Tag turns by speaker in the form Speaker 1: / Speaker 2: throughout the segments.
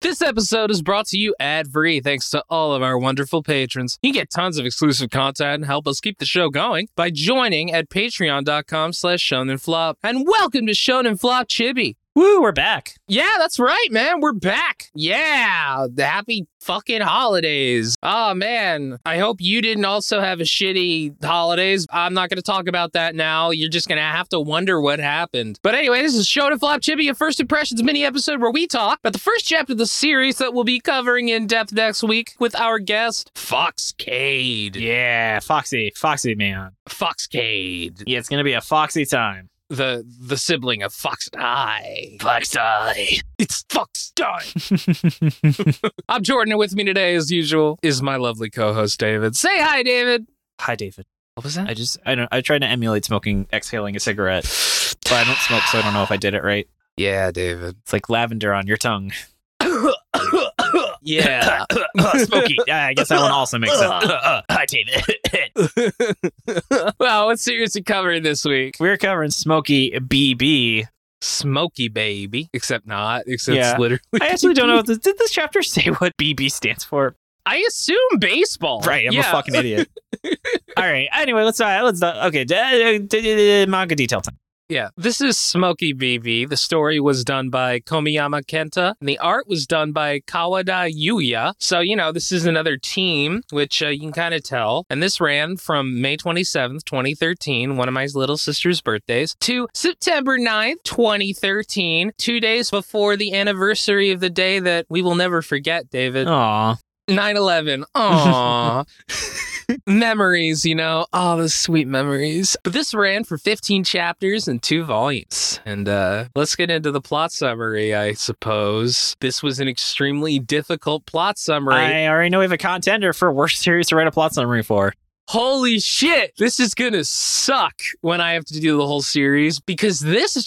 Speaker 1: This episode is brought to you ad free thanks to all of our wonderful patrons. You get tons of exclusive content and help us keep the show going by joining at patreon.com slash shonen flop. And welcome to Shonen Flop Chibi.
Speaker 2: Woo, we're back.
Speaker 1: Yeah, that's right, man. We're back. Yeah. Happy fucking holidays. Oh, man. I hope you didn't also have a shitty holidays. I'm not going to talk about that now. You're just going to have to wonder what happened. But anyway, this is Show to Flop Chibi, a First Impressions mini episode where we talk about the first chapter of the series that we'll be covering in depth next week with our guest, Foxcade.
Speaker 2: Yeah, Foxy, Foxy man.
Speaker 1: Foxcade.
Speaker 2: Yeah, it's gonna be a Foxy time.
Speaker 1: The the sibling of Fox Eye.
Speaker 2: Foxy.
Speaker 1: It's Foxstein. I'm Jordan, and with me today, as usual, is my lovely co-host David. Say hi, David.
Speaker 2: Hi, David.
Speaker 1: What was that?
Speaker 2: I just I don't I tried to emulate smoking exhaling a cigarette, but I don't smoke, so I don't know if I did it right.
Speaker 1: yeah, David.
Speaker 2: It's like lavender on your tongue.
Speaker 1: yeah.
Speaker 2: Smoky. Yeah, I guess that one also makes sense.
Speaker 1: hi, David. well, what series are covering this week?
Speaker 2: We're covering Smoky BB.
Speaker 1: Smoky Baby, except not. Except
Speaker 2: Yeah.
Speaker 1: it's literally.
Speaker 2: I actually don't know. What this, did this chapter say what BB stands for?
Speaker 1: I assume baseball.
Speaker 2: Right, I'm
Speaker 1: yeah.
Speaker 2: a fucking idiot. All right. Anyway, let's uh, let's uh, okay. d- uh, d- d- d- Manga detail time.
Speaker 1: Yeah, this is Smoky BB. The story was done by Komiyama Kenta, and the art was done by Kawada Yuya. So, you know, this is another team, which uh, you can kind of tell. And this ran from May 27th, 2013, one of my little sister's birthdays, to September 9th, 2013, two days before the anniversary of the day that we will never forget, David.
Speaker 2: Aw.
Speaker 1: 9 11. Aww. memories, you know, all those sweet memories. But this ran for 15 chapters and two volumes. And uh, let's get into the plot summary, I suppose. This was an extremely difficult plot summary.
Speaker 2: I already know we have a contender for worst series to write a plot summary for.
Speaker 1: Holy shit, this is gonna suck when I have to do the whole series because this is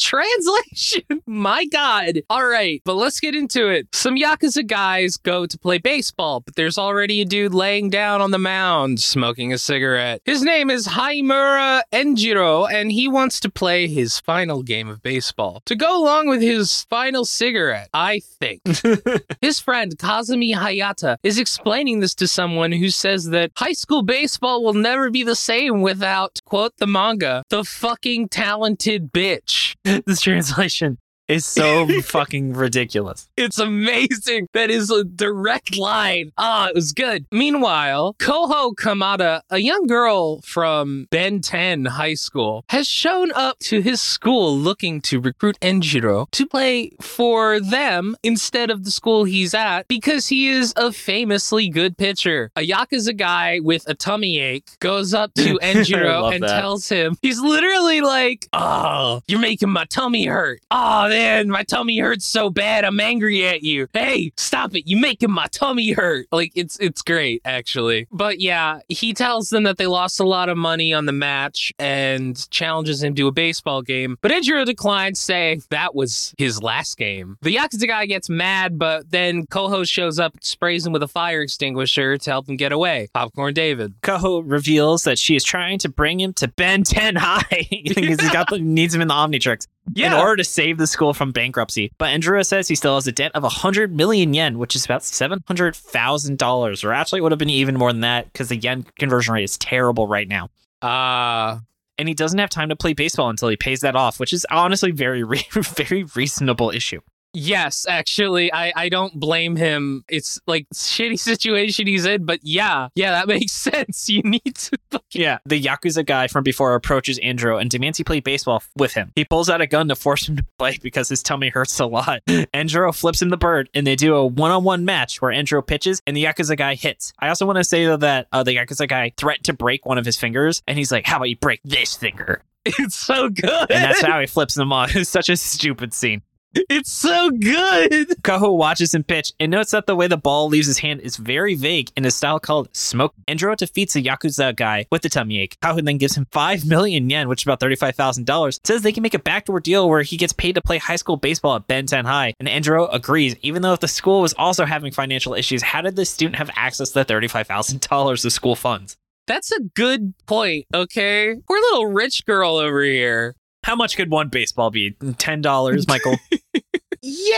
Speaker 1: translation, my god. All right, but let's get into it. Some Yakuza guys go to play baseball, but there's already a dude laying down on the mound smoking a cigarette. His name is Haimura Enjiro, and he wants to play his final game of baseball. To go along with his final cigarette, I think. His friend Kazumi Hayata is explaining this to someone who says that high school baseball will never be the same without, quote, the manga, the fucking talented bitch.
Speaker 2: this translation is so fucking ridiculous.
Speaker 1: It's amazing. That is a direct line. Ah, it was good. Meanwhile, Koho Kamada, a young girl from Ben 10 High School, has shown up to his school looking to recruit Enjiro to play for them instead of the school he's at because he is a famously good pitcher. A Yakuza guy with a tummy ache goes up to
Speaker 2: I
Speaker 1: Enjiro
Speaker 2: love
Speaker 1: and
Speaker 2: that.
Speaker 1: tells him, he's literally like, Oh, you're making my tummy hurt. Oh, man, my tummy hurts so bad. I'm angry at you. Hey, stop it. You're making my tummy hurt. Like, it's, it's great, actually. But yeah, he tells them that they lost a lot of money on the match and challenges him to a baseball game. But Enjiro declines, saying that was his last game. The Yakuza guy gets mad, but then Koho shows up, and sprays him with a fire extinguisher to help him get away. Popcorn David.
Speaker 2: Koho reveals that she is trying to bring him to Ben 10 High because he's got the, needs him in the Omnitrix in order to save the school from bankruptcy. But Andrea says he still has a debt of 100 million yen, which is about $700,000, or actually it would have been even more than that because the yen conversion rate is terrible right now.
Speaker 1: Ah.
Speaker 2: And he doesn't have time to play baseball until he pays that off, which is honestly very, re- very reasonable issue.
Speaker 1: Yes, actually, I, I don't blame him. It's like shitty situation he's in, but yeah, yeah, that makes sense. You need to.
Speaker 2: Yeah, the Yakuza guy from before approaches Andrew and demands he play baseball with him. He pulls out a gun to force him to play because his tummy hurts a lot. Andrew flips him the bird, and they do a one-on-one match where Andrew pitches and the Yakuza guy hits. I also want to say though that uh, the Yakuza guy threatened to break one of his fingers, and he's like, "How about you break this finger?"
Speaker 1: It's so good.
Speaker 2: And that's how he flips them off. It's such a stupid scene.
Speaker 1: it's so good.
Speaker 2: Koho watches him pitch and notes that the way the ball leaves his hand is very vague in a style called smoke. Andro defeats a Yakuza guy with the tummy ache. Koho then gives him 5 million yen, which is about $35,000. Says they can make a backdoor deal where he gets paid to play high school baseball at Ben 10 High. And Andro agrees, even though if the school was also having financial issues, how did the student have access to the $35,000 of school funds?
Speaker 1: That's a good point, okay? Poor little rich girl over here.
Speaker 2: How much could one baseball be? $10, Michael.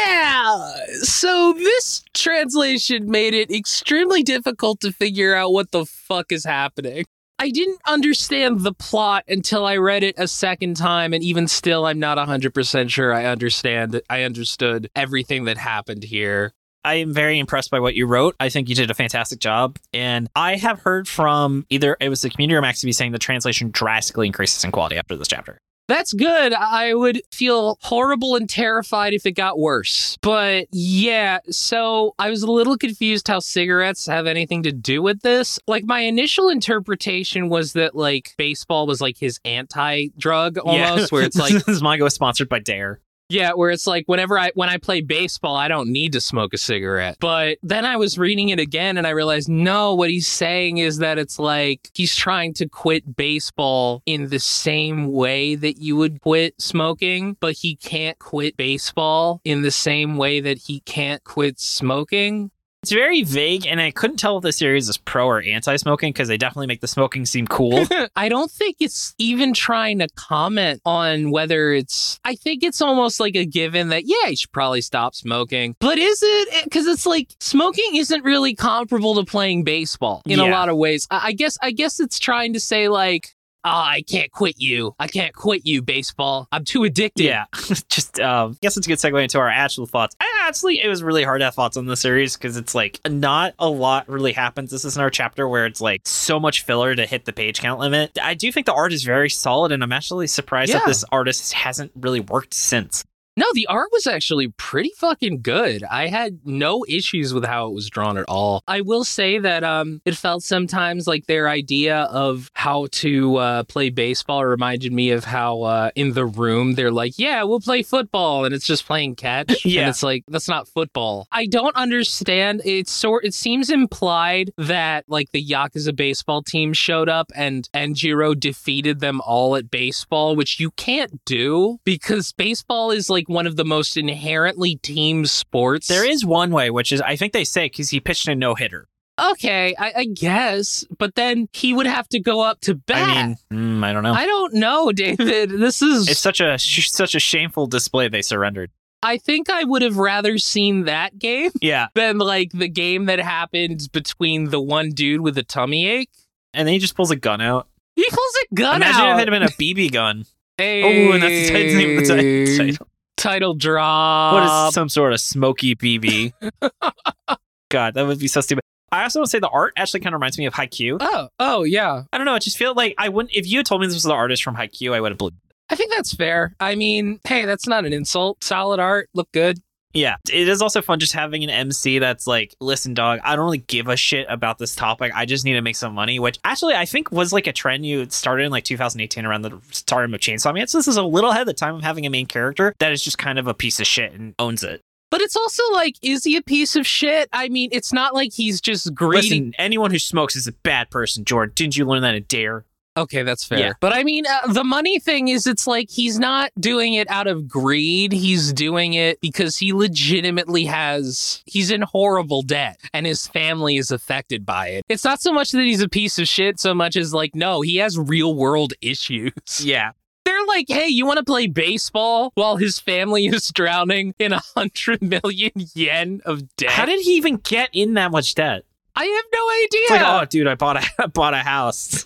Speaker 1: Yeah. So this translation made it extremely difficult to figure out what the fuck is happening. I didn't understand the plot until I read it a second time, and even still, I'm not 100% sure I understand. I understood everything that happened here.
Speaker 2: I am very impressed by what you wrote. I think you did a fantastic job. And I have heard from either it was the community or Maxi saying the translation drastically increases in quality after this chapter.
Speaker 1: That's good. I would feel horrible and terrified if it got worse. But yeah, so I was a little confused how cigarettes have anything to do with this. Like, my initial interpretation was that, like, baseball was like his anti drug almost,
Speaker 2: Yeah.
Speaker 1: where it's like,
Speaker 2: this manga was sponsored by Dare.
Speaker 1: yeah, where it's like whenever I when I play baseball, I don't need to smoke a cigarette. But then I was reading it again and I realized no, what he's saying is that it's like he's trying to quit baseball in the same way that you would quit smoking, but he can't quit baseball in the same way that he can't quit smoking.
Speaker 2: It's very vague, and I couldn't tell if the series is pro or anti smoking because they definitely make the smoking seem cool.
Speaker 1: I don't think it's even trying to comment on whether it's. I think it's almost like a given that, yeah, you should probably stop smoking. But is it? Because it's like smoking isn't really comparable to playing baseball in a
Speaker 2: Yeah.
Speaker 1: lot of ways. I, I guess. I guess it's trying to say like, oh, I can't quit you. I can't quit you, baseball. I'm too addicted.
Speaker 2: yeah, just um, I guess it's a good segue into our actual thoughts. I, actually, it was really hard to have thoughts on the series because it's like not a lot really happens. This is in our chapter where it's like so much filler to hit the page count limit. I do think the art is very solid, and I'm actually surprised
Speaker 1: Yeah.
Speaker 2: that this artist hasn't really worked since.
Speaker 1: No, the art was actually pretty fucking good. I had no issues with how it was drawn at all. I will say that um, it felt sometimes like their idea of how to uh, play baseball reminded me of how uh, in the room they're like, "Yeah, we'll play football," and it's just playing catch.
Speaker 2: Yeah.
Speaker 1: and it's like that's not football. I don't understand. It's sort. It seems implied that like the Yakuza baseball team showed up and Enjiro defeated them all at baseball, which you can't do because baseball is like one of the most inherently team sports.
Speaker 2: There is one way, which is I think they say because he pitched a no hitter.
Speaker 1: okay, I, I guess, but then he would have to go up to bat.
Speaker 2: I mean, mm, I don't know.
Speaker 1: I don't know, David. This is
Speaker 2: it's such a sh- such a shameful display they surrendered.
Speaker 1: I think I would have rather seen that game
Speaker 2: Yeah,
Speaker 1: than like the game that happened between the one dude with the tummy ache.
Speaker 2: and then he just pulls a gun out.
Speaker 1: He pulls a gun
Speaker 2: Imagine
Speaker 1: out.
Speaker 2: if it had been a BB gun.
Speaker 1: Hey.
Speaker 2: Oh, and that's the tit- name of the tit- title.
Speaker 1: Title drop.
Speaker 2: What is some sort of smoky BB? God, that would be so stupid. I also want to say the art actually kind of reminds me of Haikyuu.
Speaker 1: Oh, oh yeah.
Speaker 2: I don't know. I just feel like I wouldn't. If you had told me this was the artist from Haikyuu, I would have believed. it.
Speaker 1: I think that's fair. I mean, hey, that's not an insult. Solid art, look good.
Speaker 2: Yeah, it is also fun just having an MC that's like, listen, dog, I don't really give a shit about this topic. I just need to make some money, which actually I think was like a trend you started in like 2018 around the stardom of Chainsaw Man. So this is a little ahead of the time of having a main character that is just kind of a piece of shit and owns it.
Speaker 1: But it's also like, is he a piece of shit? I mean, it's not like he's just greedy.
Speaker 2: Listen, anyone who smokes is a bad person, Jordan. Didn't you learn that in Dare?
Speaker 1: Okay, that's fair.
Speaker 2: Yeah.
Speaker 1: But I mean, uh, the money thing is it's like he's not doing it out of greed. He's doing it because he legitimately has, he's in horrible debt and his family is affected by it. It's not so much that he's a piece of shit, so much as like, no, he has real world issues.
Speaker 2: Yeah.
Speaker 1: They're like, hey, you want to play baseball while his family is drowning in a hundred million yen of debt?
Speaker 2: How did he even get in that much debt?
Speaker 1: I have no idea.
Speaker 2: It's like, oh, dude, I bought a I bought a house.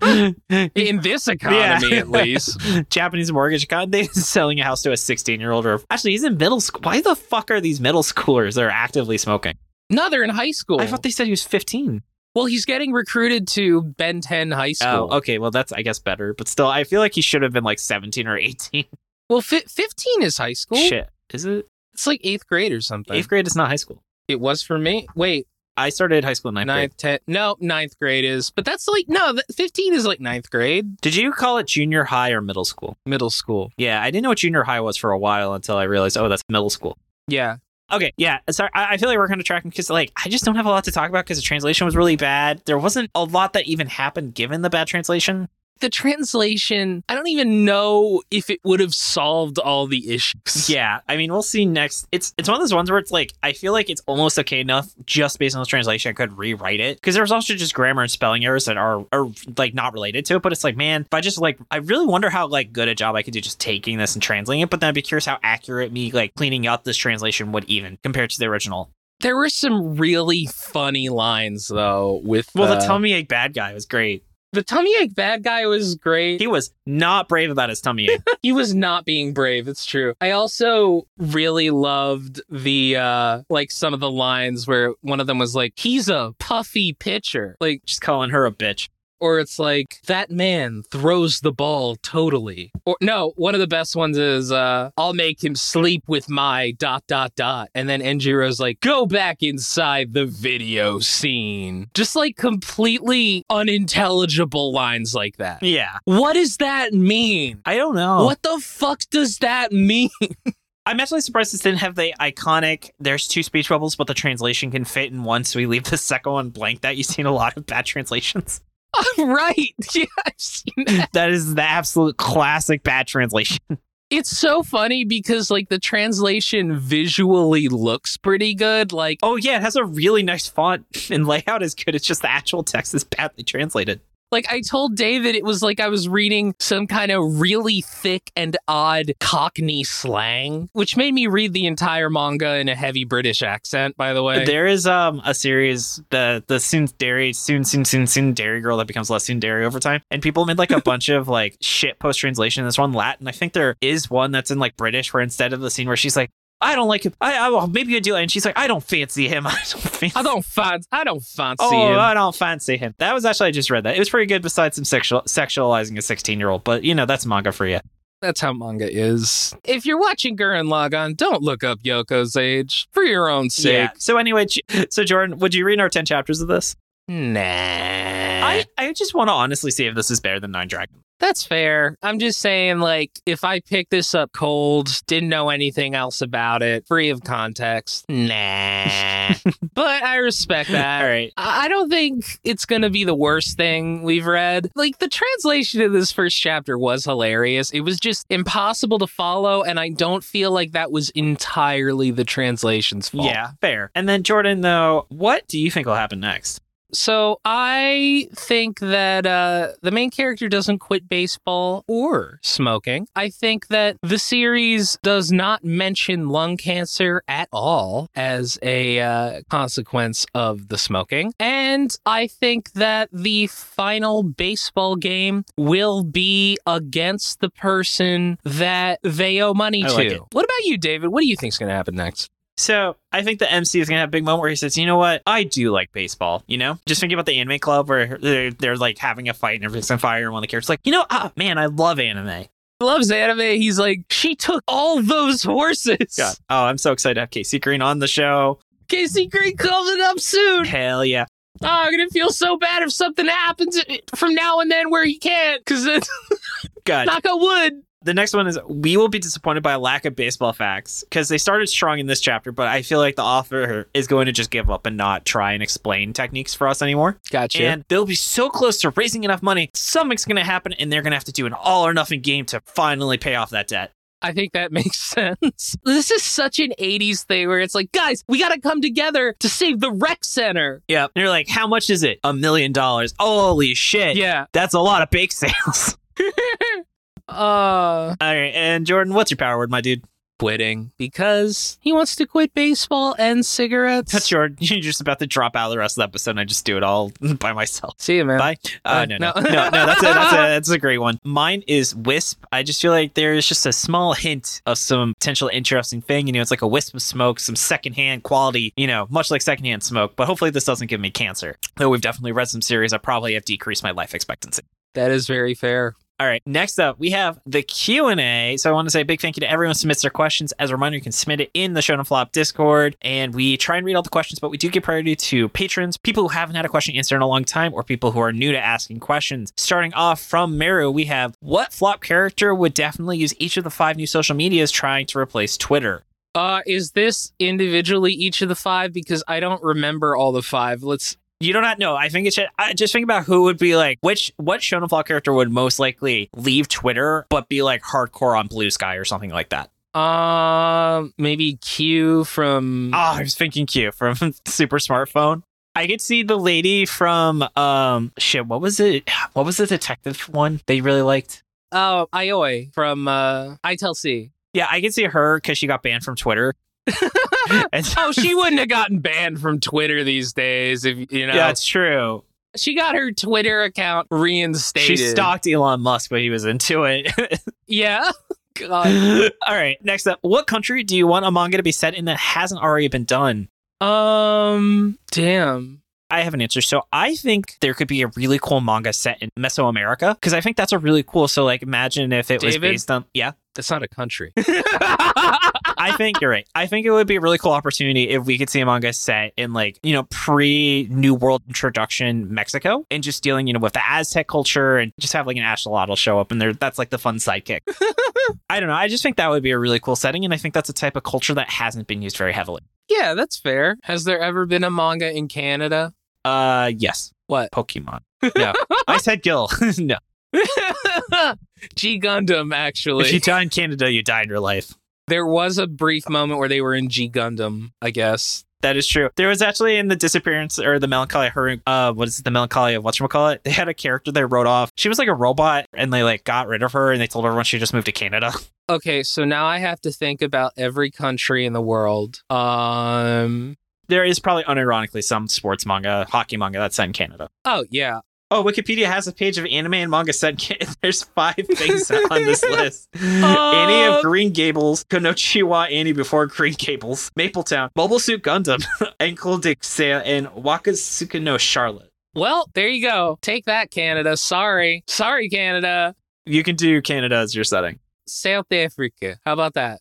Speaker 1: in this economy,
Speaker 2: oh, Yeah.
Speaker 1: at least.
Speaker 2: Japanese mortgage company is selling a house to a 16 year old. Or actually, he's in middle school. Why the fuck are these middle schoolers that are actively smoking?
Speaker 1: No, they're in high school.
Speaker 2: I thought they said he was 15.
Speaker 1: Well, he's getting recruited to Ben 10 High School.
Speaker 2: Oh, okay. Well, that's I guess better. But still, I feel like he should have been like 17 or 18.
Speaker 1: Well, fi- 15 is high school.
Speaker 2: Shit, is it
Speaker 1: It's like eighth grade or something.
Speaker 2: eighth grade? Is not high school.
Speaker 1: It was for me. Wait,
Speaker 2: I started high school in ninth,
Speaker 1: ninth,
Speaker 2: grade.
Speaker 1: ten. No, ninth grade is. But that's like, no, th- 15 is like ninth grade,
Speaker 2: Did you call it junior high or middle school?
Speaker 1: middle school.
Speaker 2: Yeah, I didn't know what junior high was for a while until I realized, oh, that's middle school.
Speaker 1: Yeah.
Speaker 2: Okay, yeah. uh, Sorry, I, I feel like we're kind of tracking because, like, I just don't have a lot to talk about because the translation was really bad. There wasn't a lot that even happened given the bad translation.
Speaker 1: The translation, I don't even know if it would have solved all the issues.
Speaker 2: Yeah, I mean, we'll see next. It's it's one of those ones where it's like I feel like it's almost okay enough just based on the translation. I could rewrite it because there was also just grammar and spelling errors that are are like not related to it. But it's like, man, if I just like, I really wonder how like good a job I could do just taking this and translating it. But then I'd be curious how accurate me like cleaning up this translation would even compared to the original.
Speaker 1: There were some really funny lines though with
Speaker 2: Well,
Speaker 1: uh,
Speaker 2: the tummy ache bad guy was great.
Speaker 1: the tummy ache bad guy was great.
Speaker 2: He was not brave about his tummy ache.
Speaker 1: he was not being brave it's true i also really loved the uh like some of the lines where one of them was like he's a puffy pitcher like
Speaker 2: just calling her a bitch.
Speaker 1: or it's like that man throws the ball totally or no one of the best ones is uh i'll make him sleep with my dot dot dot and then njiro's like go back inside the video scene just like completely unintelligible lines like that
Speaker 2: Yeah,
Speaker 1: what does that mean
Speaker 2: I don't know.
Speaker 1: what the fuck does that mean?
Speaker 2: I'm actually surprised this didn't have the iconic there's two speech bubbles, but the translation can fit in one, so we leave the second one blank. That you've seen a lot of bad translations.
Speaker 1: right. Yeah, I've seen that.
Speaker 2: that is the absolute classic bad translation.
Speaker 1: It's so funny because like the translation visually looks pretty good. Like
Speaker 2: Oh yeah, it has a really nice font and layout is good. It's just the actual text is badly translated.
Speaker 1: like I told David it was like I was reading some kind of really thick and odd cockney slang, which made me read the entire manga in a heavy British accent, by the way.
Speaker 2: There is um a series the the soon dairy soon soon soon soon dairy girl that becomes less soon dairy over time, and people made like a bunch of like shit post translation. There's one Latin. I think there is one that's in like British where instead of the scene where she's like. I don't like him. I, I well, maybe I do, and she's like, I don't fancy him. I don't fancy.
Speaker 1: I don't fancy I don't fancy
Speaker 2: Oh,
Speaker 1: him.
Speaker 2: I don't fancy him. That was actually I just read that. It was pretty good. Besides some sexual sexualizing a sixteen year old, but you know that's manga for you.
Speaker 1: That's how manga is. If you're watching Gurren Lagann, don't look up Yoko's age for your own sake.
Speaker 2: Yeah. So anyway, J- so Jordan, would you read our ten chapters of this? Eh.
Speaker 1: Nah.
Speaker 2: I, I just want to honestly see if this is better than Nine Dragon.
Speaker 1: That's fair. I'm just saying, like, if I picked this up cold, didn't know anything else about it, free of context, nah. but I respect that.
Speaker 2: All right.
Speaker 1: I I don't think it's going to be the worst thing we've read. Like, the translation of this first chapter was hilarious. It was just impossible to follow, and I don't feel like that was entirely the translation's fault.
Speaker 2: Yeah, fair. And then Jordan, though, what do you think will happen next?
Speaker 1: So I think that uh, the main character doesn't quit baseball or smoking. I think that the series does not mention lung cancer at all as a uh, consequence of the smoking. And I think that the final baseball game will be against the person that they owe money
Speaker 2: I
Speaker 1: to.
Speaker 2: like it.
Speaker 1: What about you, David? What do you think's going to happen next?
Speaker 2: So I think the MC is gonna have a big moment where he says, "You know what? I do like baseball. You know, just thinking about the anime club where they're, they're like having a fight and everything's on fire, and one of the characters like, you know, ah, man, I love anime.
Speaker 1: Loves anime. He's like, she took all those horses.
Speaker 2: God, oh, I'm so excited to have Casey Green on the show.
Speaker 1: Casey Green coming up soon.
Speaker 2: Hell yeah,
Speaker 1: Oh, I'm gonna feel so bad if something happens from now and then where he can't, because it's
Speaker 2: God,
Speaker 1: knock on wood.
Speaker 2: The next one is we will be disappointed by a lack of baseball facts because they started strong in this chapter, but I feel like the author is going to just give up and not try and explain techniques for us anymore.
Speaker 1: Gotcha.
Speaker 2: And they'll be so close to raising enough money, something's going to happen, and they're going to have to do an all or nothing game to finally pay off that debt.
Speaker 1: I think that makes sense. This is such an 80s thing where it's like, guys, we gotta come together to save the rec center.
Speaker 2: Yep. And you're like, how much is it? A million dollars. Holy shit.
Speaker 1: Yeah.
Speaker 2: That's a lot of bake sales.
Speaker 1: Uh
Speaker 2: all right. And Jordan, what's your power word, my dude?
Speaker 1: quitting. Because he wants to quit baseball and cigarettes.
Speaker 2: That's Jordan. You're just about to drop out of the rest of the episode, and I just do it all by myself.
Speaker 1: See you, man.
Speaker 2: Bye. Uh,
Speaker 1: Uh,
Speaker 2: no, no,
Speaker 1: no.
Speaker 2: no, no. That's a, that's a that's a great one. Mine is wisp. I just feel like there is just a small hint of some potential interesting thing. You know, it's like a wisp of smoke, some secondhand quality. You know, much like secondhand smoke. But hopefully, this doesn't give me cancer. Though we've definitely read some series that probably have decreased my life expectancy.
Speaker 1: That is very fair.
Speaker 2: All right. Next up, we have the Q and A. So I want to say a big thank you to everyone who submits their questions. As a reminder, you can submit it in the Shonen Flop Discord, and we try and read all the questions, but we do give priority to patrons, people who haven't had a question answered in a long time, or people who are new to asking questions. Starting off from Meru, we have what flop character would definitely use each of the five new social medias trying to replace Twitter.
Speaker 1: Uh, is this individually each of the five? Because I don't remember all the five. Let's
Speaker 2: You do not know. I think it's just, I just think about who would be like which what Shonen Fall character would most likely leave Twitter but be like hardcore on Blue Sky or something like that.
Speaker 1: Um, maybe Q from.
Speaker 2: Oh, I was thinking Q from Super Smartphone. I could see the lady from um shit. What was it? What was the detective one they really liked?
Speaker 1: Oh, Ioi from uh, ITLC.
Speaker 2: Yeah, I could see her because she got banned from Twitter. And-
Speaker 1: Oh, she wouldn't have gotten banned from Twitter these days if you know.
Speaker 2: yeah, it's true.
Speaker 1: She got her Twitter account
Speaker 2: She
Speaker 1: reinstated.
Speaker 2: stalked Elon Musk, but he was into it.
Speaker 1: Yeah. God.
Speaker 2: All right, next up, what country do you want a manga to be set in that hasn't already been done?
Speaker 1: Um. Damn.
Speaker 2: I have an answer. So I think there could be a really cool manga set in Mesoamerica because I think that's a really cool. So like, imagine if it was
Speaker 1: David?
Speaker 2: based on yeah.
Speaker 1: That's not a country.
Speaker 2: I think you're right. I think it would be a really cool opportunity if we could see a manga set in like, you know, pre New World introduction Mexico and just dealing, you know, with the Aztec culture and just have like an Axolotl show up and there that's like the fun sidekick. I don't know. I just think that would be a really cool setting and I think that's a type of culture that hasn't been used very heavily.
Speaker 1: yeah, that's fair. Has there ever been a manga in Canada?
Speaker 2: Uh yes.
Speaker 1: What?
Speaker 2: Pokemon. No. I said Gil. no.
Speaker 1: G Gundam, actually.
Speaker 2: If you die in Canada, you die in your life.
Speaker 1: there was a brief moment where they were in G Gundam, I guess.
Speaker 2: That is true. There was actually in the disappearance or the melancholy her uh what is it, the melancholy of whatchamacallit? They had a character they wrote off. She was like a robot and they like got rid of her and they told everyone she just moved to Canada.
Speaker 1: Okay, so now I have to think about every country in the world. Um.
Speaker 2: There is probably unironically some sports manga, hockey manga that's set in Canada.
Speaker 1: Oh yeah.
Speaker 2: Oh, Wikipedia has a page of anime and manga set in Canada. There's five things on this list. Annie of Green Gables, Konochiwa Annie before Green Gables, Mapletown, Mobile Suit Gundam, Ankle Dixia, and Wakasukuno Charlotte.
Speaker 1: Well, there you go. Take that, Canada. Sorry, sorry, Canada.
Speaker 2: You can do Canada as your setting.
Speaker 1: South Africa. How about that?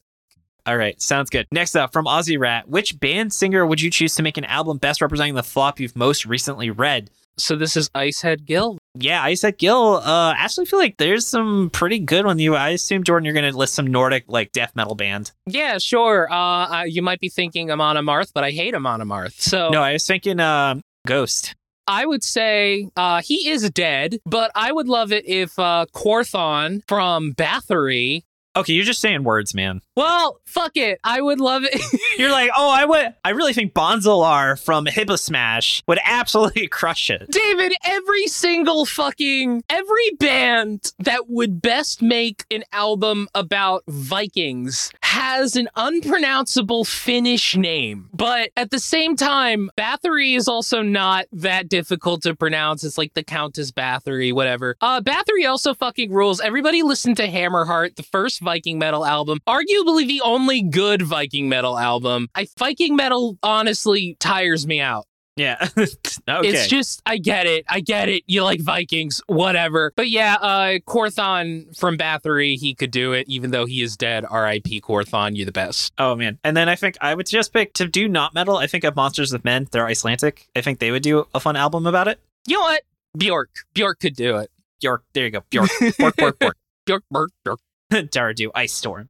Speaker 2: All right, sounds good. Next up from Aussie Rat, which band singer would you choose to make an album best representing the flop you've most recently read?
Speaker 1: So this is Icehead Gill.
Speaker 2: Yeah, I said Gil. Uh, I actually feel like there's some pretty good on you. I assume Jordan, you're gonna list some Nordic like death metal band.
Speaker 1: Yeah, sure. Uh, uh, you might be thinking Amon Amarth, but I hate Amon Amarth. So
Speaker 2: No, I was thinking um, Ghost.
Speaker 1: I would say uh, he is dead, but I would love it if uh, Corthon from Bathory.
Speaker 2: Okay, you're just saying words, man.
Speaker 1: Well, fuck it. I would love it.
Speaker 2: You're like, oh, I would. I really think Bonzalar from Hibba Smash would absolutely crush it.
Speaker 1: David, every single fucking every band that would best make an album about Vikings has an unpronounceable Finnish name. But at the same time, Bathory is also not that difficult to pronounce. It's like the Countess Bathory, whatever. Uh Bathory also fucking rules. Everybody listen to Hammerheart, the first Viking metal album, arguably the only good Viking metal album. I Viking metal honestly tires me out.
Speaker 2: Yeah. okay.
Speaker 1: It's just I get it. I get it. You like Vikings, whatever. But yeah, uh Corthon from Bathory, he could do it, even though he is dead. R.I.P. Corthon, you're the best.
Speaker 2: Oh man. And then I think I would just pick to do not metal, I think of Monsters of Men. They're Icelandic. I think they would do a fun album about it.
Speaker 1: You know what? Bjork. Bjork could do it.
Speaker 2: Bjork, there you go. Bjork. Bjork, Bjork, Bjork.
Speaker 1: Bjork Bjork Bjork.
Speaker 2: Daradu, Ice Storm.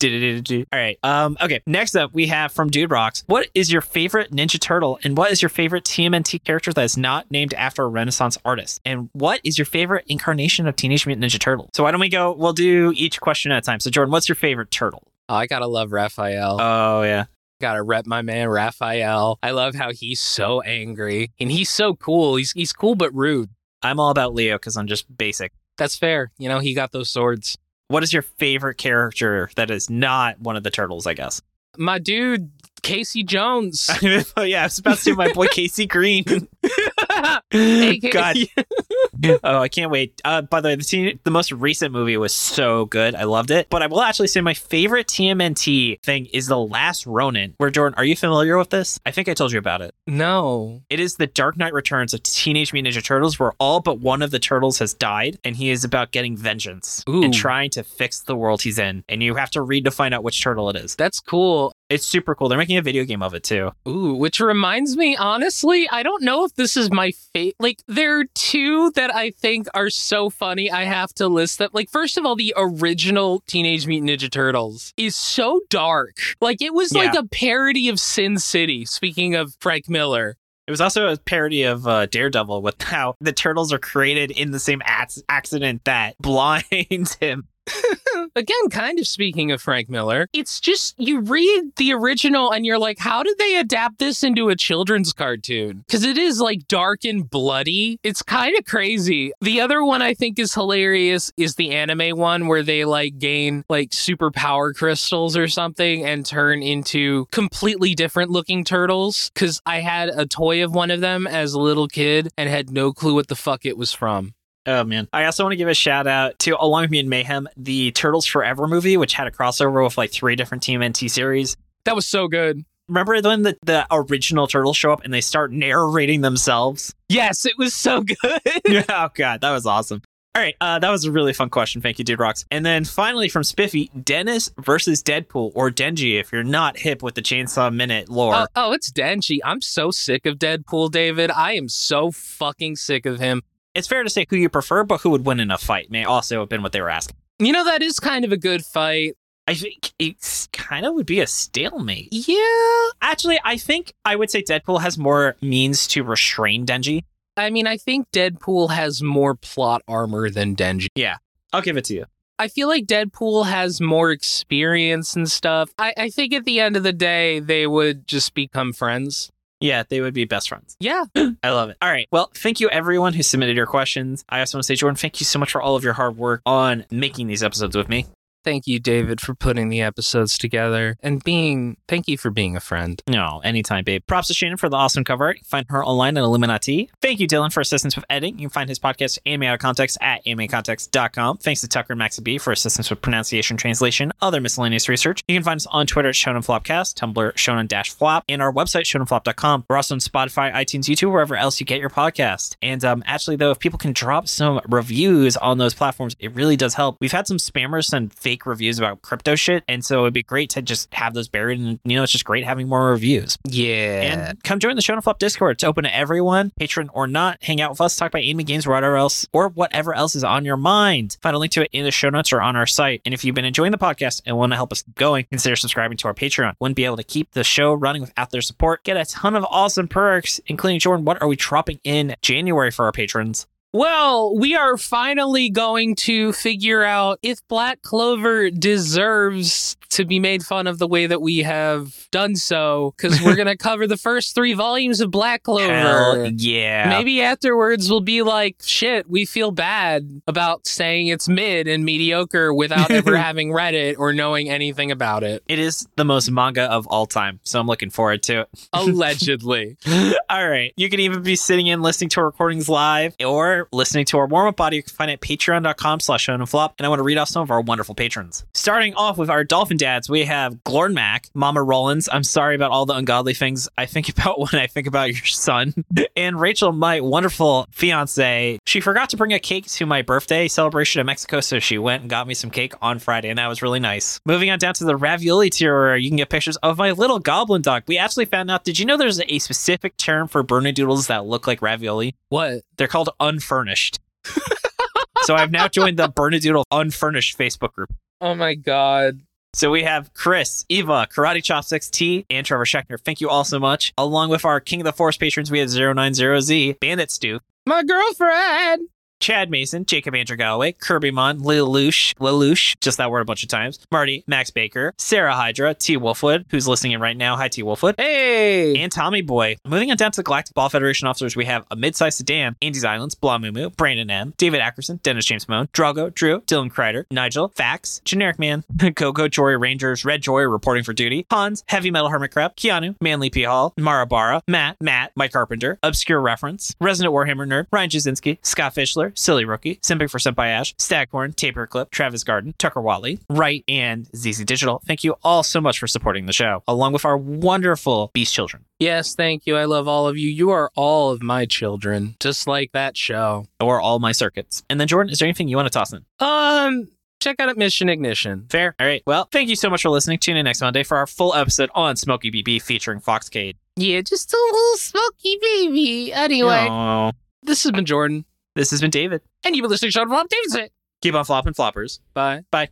Speaker 2: Du-du-du-du-du. All right. Um, okay. Next up we have from Dude Rocks. What is your favorite Ninja Turtle? And what is your favorite TMNT character that is not named after a Renaissance artist? And what is your favorite incarnation of Teenage Mutant Ninja Turtle? So why don't we go we'll do each question at a time. So Jordan, what's your favorite turtle?
Speaker 1: Oh, I gotta love Raphael.
Speaker 2: Oh yeah.
Speaker 1: gotta rep my man Raphael. I love how he's so angry. And he's so cool. He's he's cool but rude.
Speaker 2: I'm all about Leo because I'm just basic.
Speaker 1: That's fair. You know, he got those swords.
Speaker 2: What is your favorite character that is not one of the turtles, I guess?
Speaker 1: My dude, Casey Jones.
Speaker 2: oh, yeah, I was about to say my boy Casey Green.
Speaker 1: AKA
Speaker 2: God. oh, I can't wait. Uh, by the way, the, teen- the most recent movie was so good. I loved it. But I will actually say my favorite TMNT thing is The Last Ronin, where Jordan, are you familiar with this? I think I told you about it.
Speaker 1: No.
Speaker 2: It is the Dark Knight Returns of Teenage Mutant Ninja Turtles, where all but one of the turtles has died, and he is about getting vengeance
Speaker 1: Ooh.
Speaker 2: and trying to fix the world he's in. And you have to read to find out which turtle it is.
Speaker 1: That's cool.
Speaker 2: It's super cool. They're making a video game of it too.
Speaker 1: Ooh, which reminds me, honestly, I don't know if this is my fate. Like, there are two that I think are so funny. I have to list them. Like, first of all, the original Teenage Mutant Ninja Turtles is so dark. Like, it was like
Speaker 2: Yeah.
Speaker 1: a parody of Sin City, speaking of Frank Miller.
Speaker 2: It was also a parody of uh, Daredevil with how the turtles are created in the same ac- accident that blinds him.
Speaker 1: Again, kind of speaking of Frank Miller, it's just you read the original and you're like, how did they adapt this into a children's cartoon? Because it is like dark and bloody. It's kind of crazy. The other one I think is hilarious is the anime one where they like gain like superpower crystals or something and turn into completely different looking turtles. Because I had a toy of one of them as a little kid and had no clue what the fuck it was from.
Speaker 2: Oh man! I also want to give a shout out to Along with Me in Mayhem, the Turtles Forever movie, which had a crossover with like three different Team NT series.
Speaker 1: That was so good.
Speaker 2: Remember when the, the original turtles show up and they start narrating themselves?
Speaker 1: Yes, it was so good.
Speaker 2: yeah, oh god, that was awesome. All right, uh, that was a really fun question. Thank you, Dude Rocks. And then finally from Spiffy, Dennis versus Deadpool or Denji if you're not hip with the Chainsaw Minute lore.
Speaker 1: Oh, oh, it's Denji. I'm so sick of Deadpool, David. I am so fucking sick of him.
Speaker 2: it's fair to say who you prefer, but who would win in a fight may also have been what they were asking.
Speaker 1: You know, that is kind of a good fight.
Speaker 2: I think it kind of would be a stalemate.
Speaker 1: Yeah.
Speaker 2: Actually, I think I would say Deadpool has more means to restrain Denji.
Speaker 1: I mean, I think Deadpool has more plot armor than Denji.
Speaker 2: I'll give it to you.
Speaker 1: I feel like Deadpool has more experience and stuff. I, I think at the end of the day, they would just become friends.
Speaker 2: Yeah, they would be best friends.
Speaker 1: Yeah.
Speaker 2: I love it. All right. Well, thank you everyone who submitted your questions. I also want to say, Jordan, thank you so much for all of your hard work on making these episodes with me.
Speaker 1: Thank you, David, for putting the episodes together and being, thank you for being a friend.
Speaker 2: No, anytime, babe. Props to Shannon for the awesome cover art. You can Find her online at Illuminati. Thank you, Dylan, for assistance with editing. You can find his podcast, Anime Out of Context, at animecontext.com. Thanks to Tucker and Maxi B for assistance with pronunciation, translation, other miscellaneous research. You can find us on Twitter at Shonen Flopcast, Tumblr, Shonen Flop, and our website, ShonenFlop.com. We're also on Spotify, iTunes, YouTube, wherever else you get your podcast. And um, actually, though, if people can drop some reviews on those platforms, it really does help. We've had some spammers send fake reviews about crypto shit. And so it'd be great to just have those buried. And, you know, it's just great having more reviews.
Speaker 1: Yeah.
Speaker 2: And come join the Shonen Flop Discord. It's open to everyone, patron or not. Hang out with us, talk about anime games, whatever else, or whatever else is on your mind. Find a link to it in the show notes or on our site. And if you've been enjoying the podcast and want to help us keep going, consider subscribing to our Patreon. Wouldn't be able to keep the show running without their support. Get a ton of awesome perks, including Jordan. What are we dropping in January for our patrons?
Speaker 1: Well, we are finally going to figure out if Black Clover deserves to be made fun of the way that we have done so, because we're going to cover the first three volumes of Black Clover.
Speaker 2: Hell yeah.
Speaker 1: Maybe afterwards we'll be like, shit, we feel bad about saying it's mid and mediocre without ever having read it or knowing anything about it.
Speaker 2: It is the most manga of all time, so I'm looking forward to it.
Speaker 1: Allegedly.
Speaker 2: All right. You can even be sitting in listening to our recordings live or listening to our warm-up body. You can find it at patreon.com slash shonen flop. And I want to read off some of our wonderful patrons. Starting off with our dolphin dads, we have Glorn Mac, Mama Rollins. I'm sorry about all the ungodly things I think about when I think about your son. and Rachel, my wonderful fiance. She forgot to bring a cake to my birthday celebration in Mexico, so she went and got me some cake on Friday, and that was really nice. Moving on down to the ravioli tier where you can get pictures of my little goblin dog. We actually found out, did you know there's a specific term for bernedoodles that look like ravioli?
Speaker 1: what?
Speaker 2: They're called unfurnished. so I've now joined the Bernadoodle Unfurnished Facebook group.
Speaker 1: Oh my God.
Speaker 2: So we have Chris, Eva, Karate Chopsticks T, and Trevor Schechner. Thank you all so much. Along with our King of the Force patrons, we have 090Z, Bandit Stew,
Speaker 1: My girlfriend.
Speaker 2: Chad Mason, Jacob Andrew Galloway, Kirby Mon, Lelouch, Lelouch, just that word a bunch of times, Marty, Max Baker, Sarah Hydra, T Wolfwood, who's listening in right now. Hi, T Wolfwood.
Speaker 1: Hey.
Speaker 2: and Tommy Boy. Moving on down to the Galactic Ball Federation officers, we have a mid-sized sedan, Andy's Islands, Blamumu, Brandon M, David Ackerson, Dennis James Moan, Drago, Drew, Dylan Kreider, Nigel, Fax, Generic Man, Coco, Jory Rangers, Red Jory reporting for duty, Hans, Heavy Metal Hermit Crab, Keanu, Manly P. Hall, Marabara, Matt, Matt, Mike Carpenter, Obscure Reference, Resident Warhammer Nerd, Ryan Jasinski, Scott Fischler, Silly Rookie, Simping for Senpai Ash, Staghorn, Taper Clip, Travis Garden, Tucker Wally, Wright, and ZZ Digital. Thank you all so much for supporting the show, along with our wonderful Beast Children.
Speaker 1: Yes, thank you. I love all of you. You are all of my children, just like that show.
Speaker 2: or all my circuits. And then, Jordan, is there anything you want to toss in?
Speaker 1: Um, check out Mission Ignition.
Speaker 2: Fair. All right. Well, thank you so much for listening. Tune in next Monday for our full episode on Smokey BB featuring Foxcade.
Speaker 1: Yeah, just a little smoky baby. Anyway,
Speaker 2: Aw.
Speaker 1: this has been Jordan,
Speaker 2: This has been David.
Speaker 1: and you've been listening to Sean Bob Davidson.
Speaker 2: Keep on flopping floppers.
Speaker 1: Bye.
Speaker 2: Bye.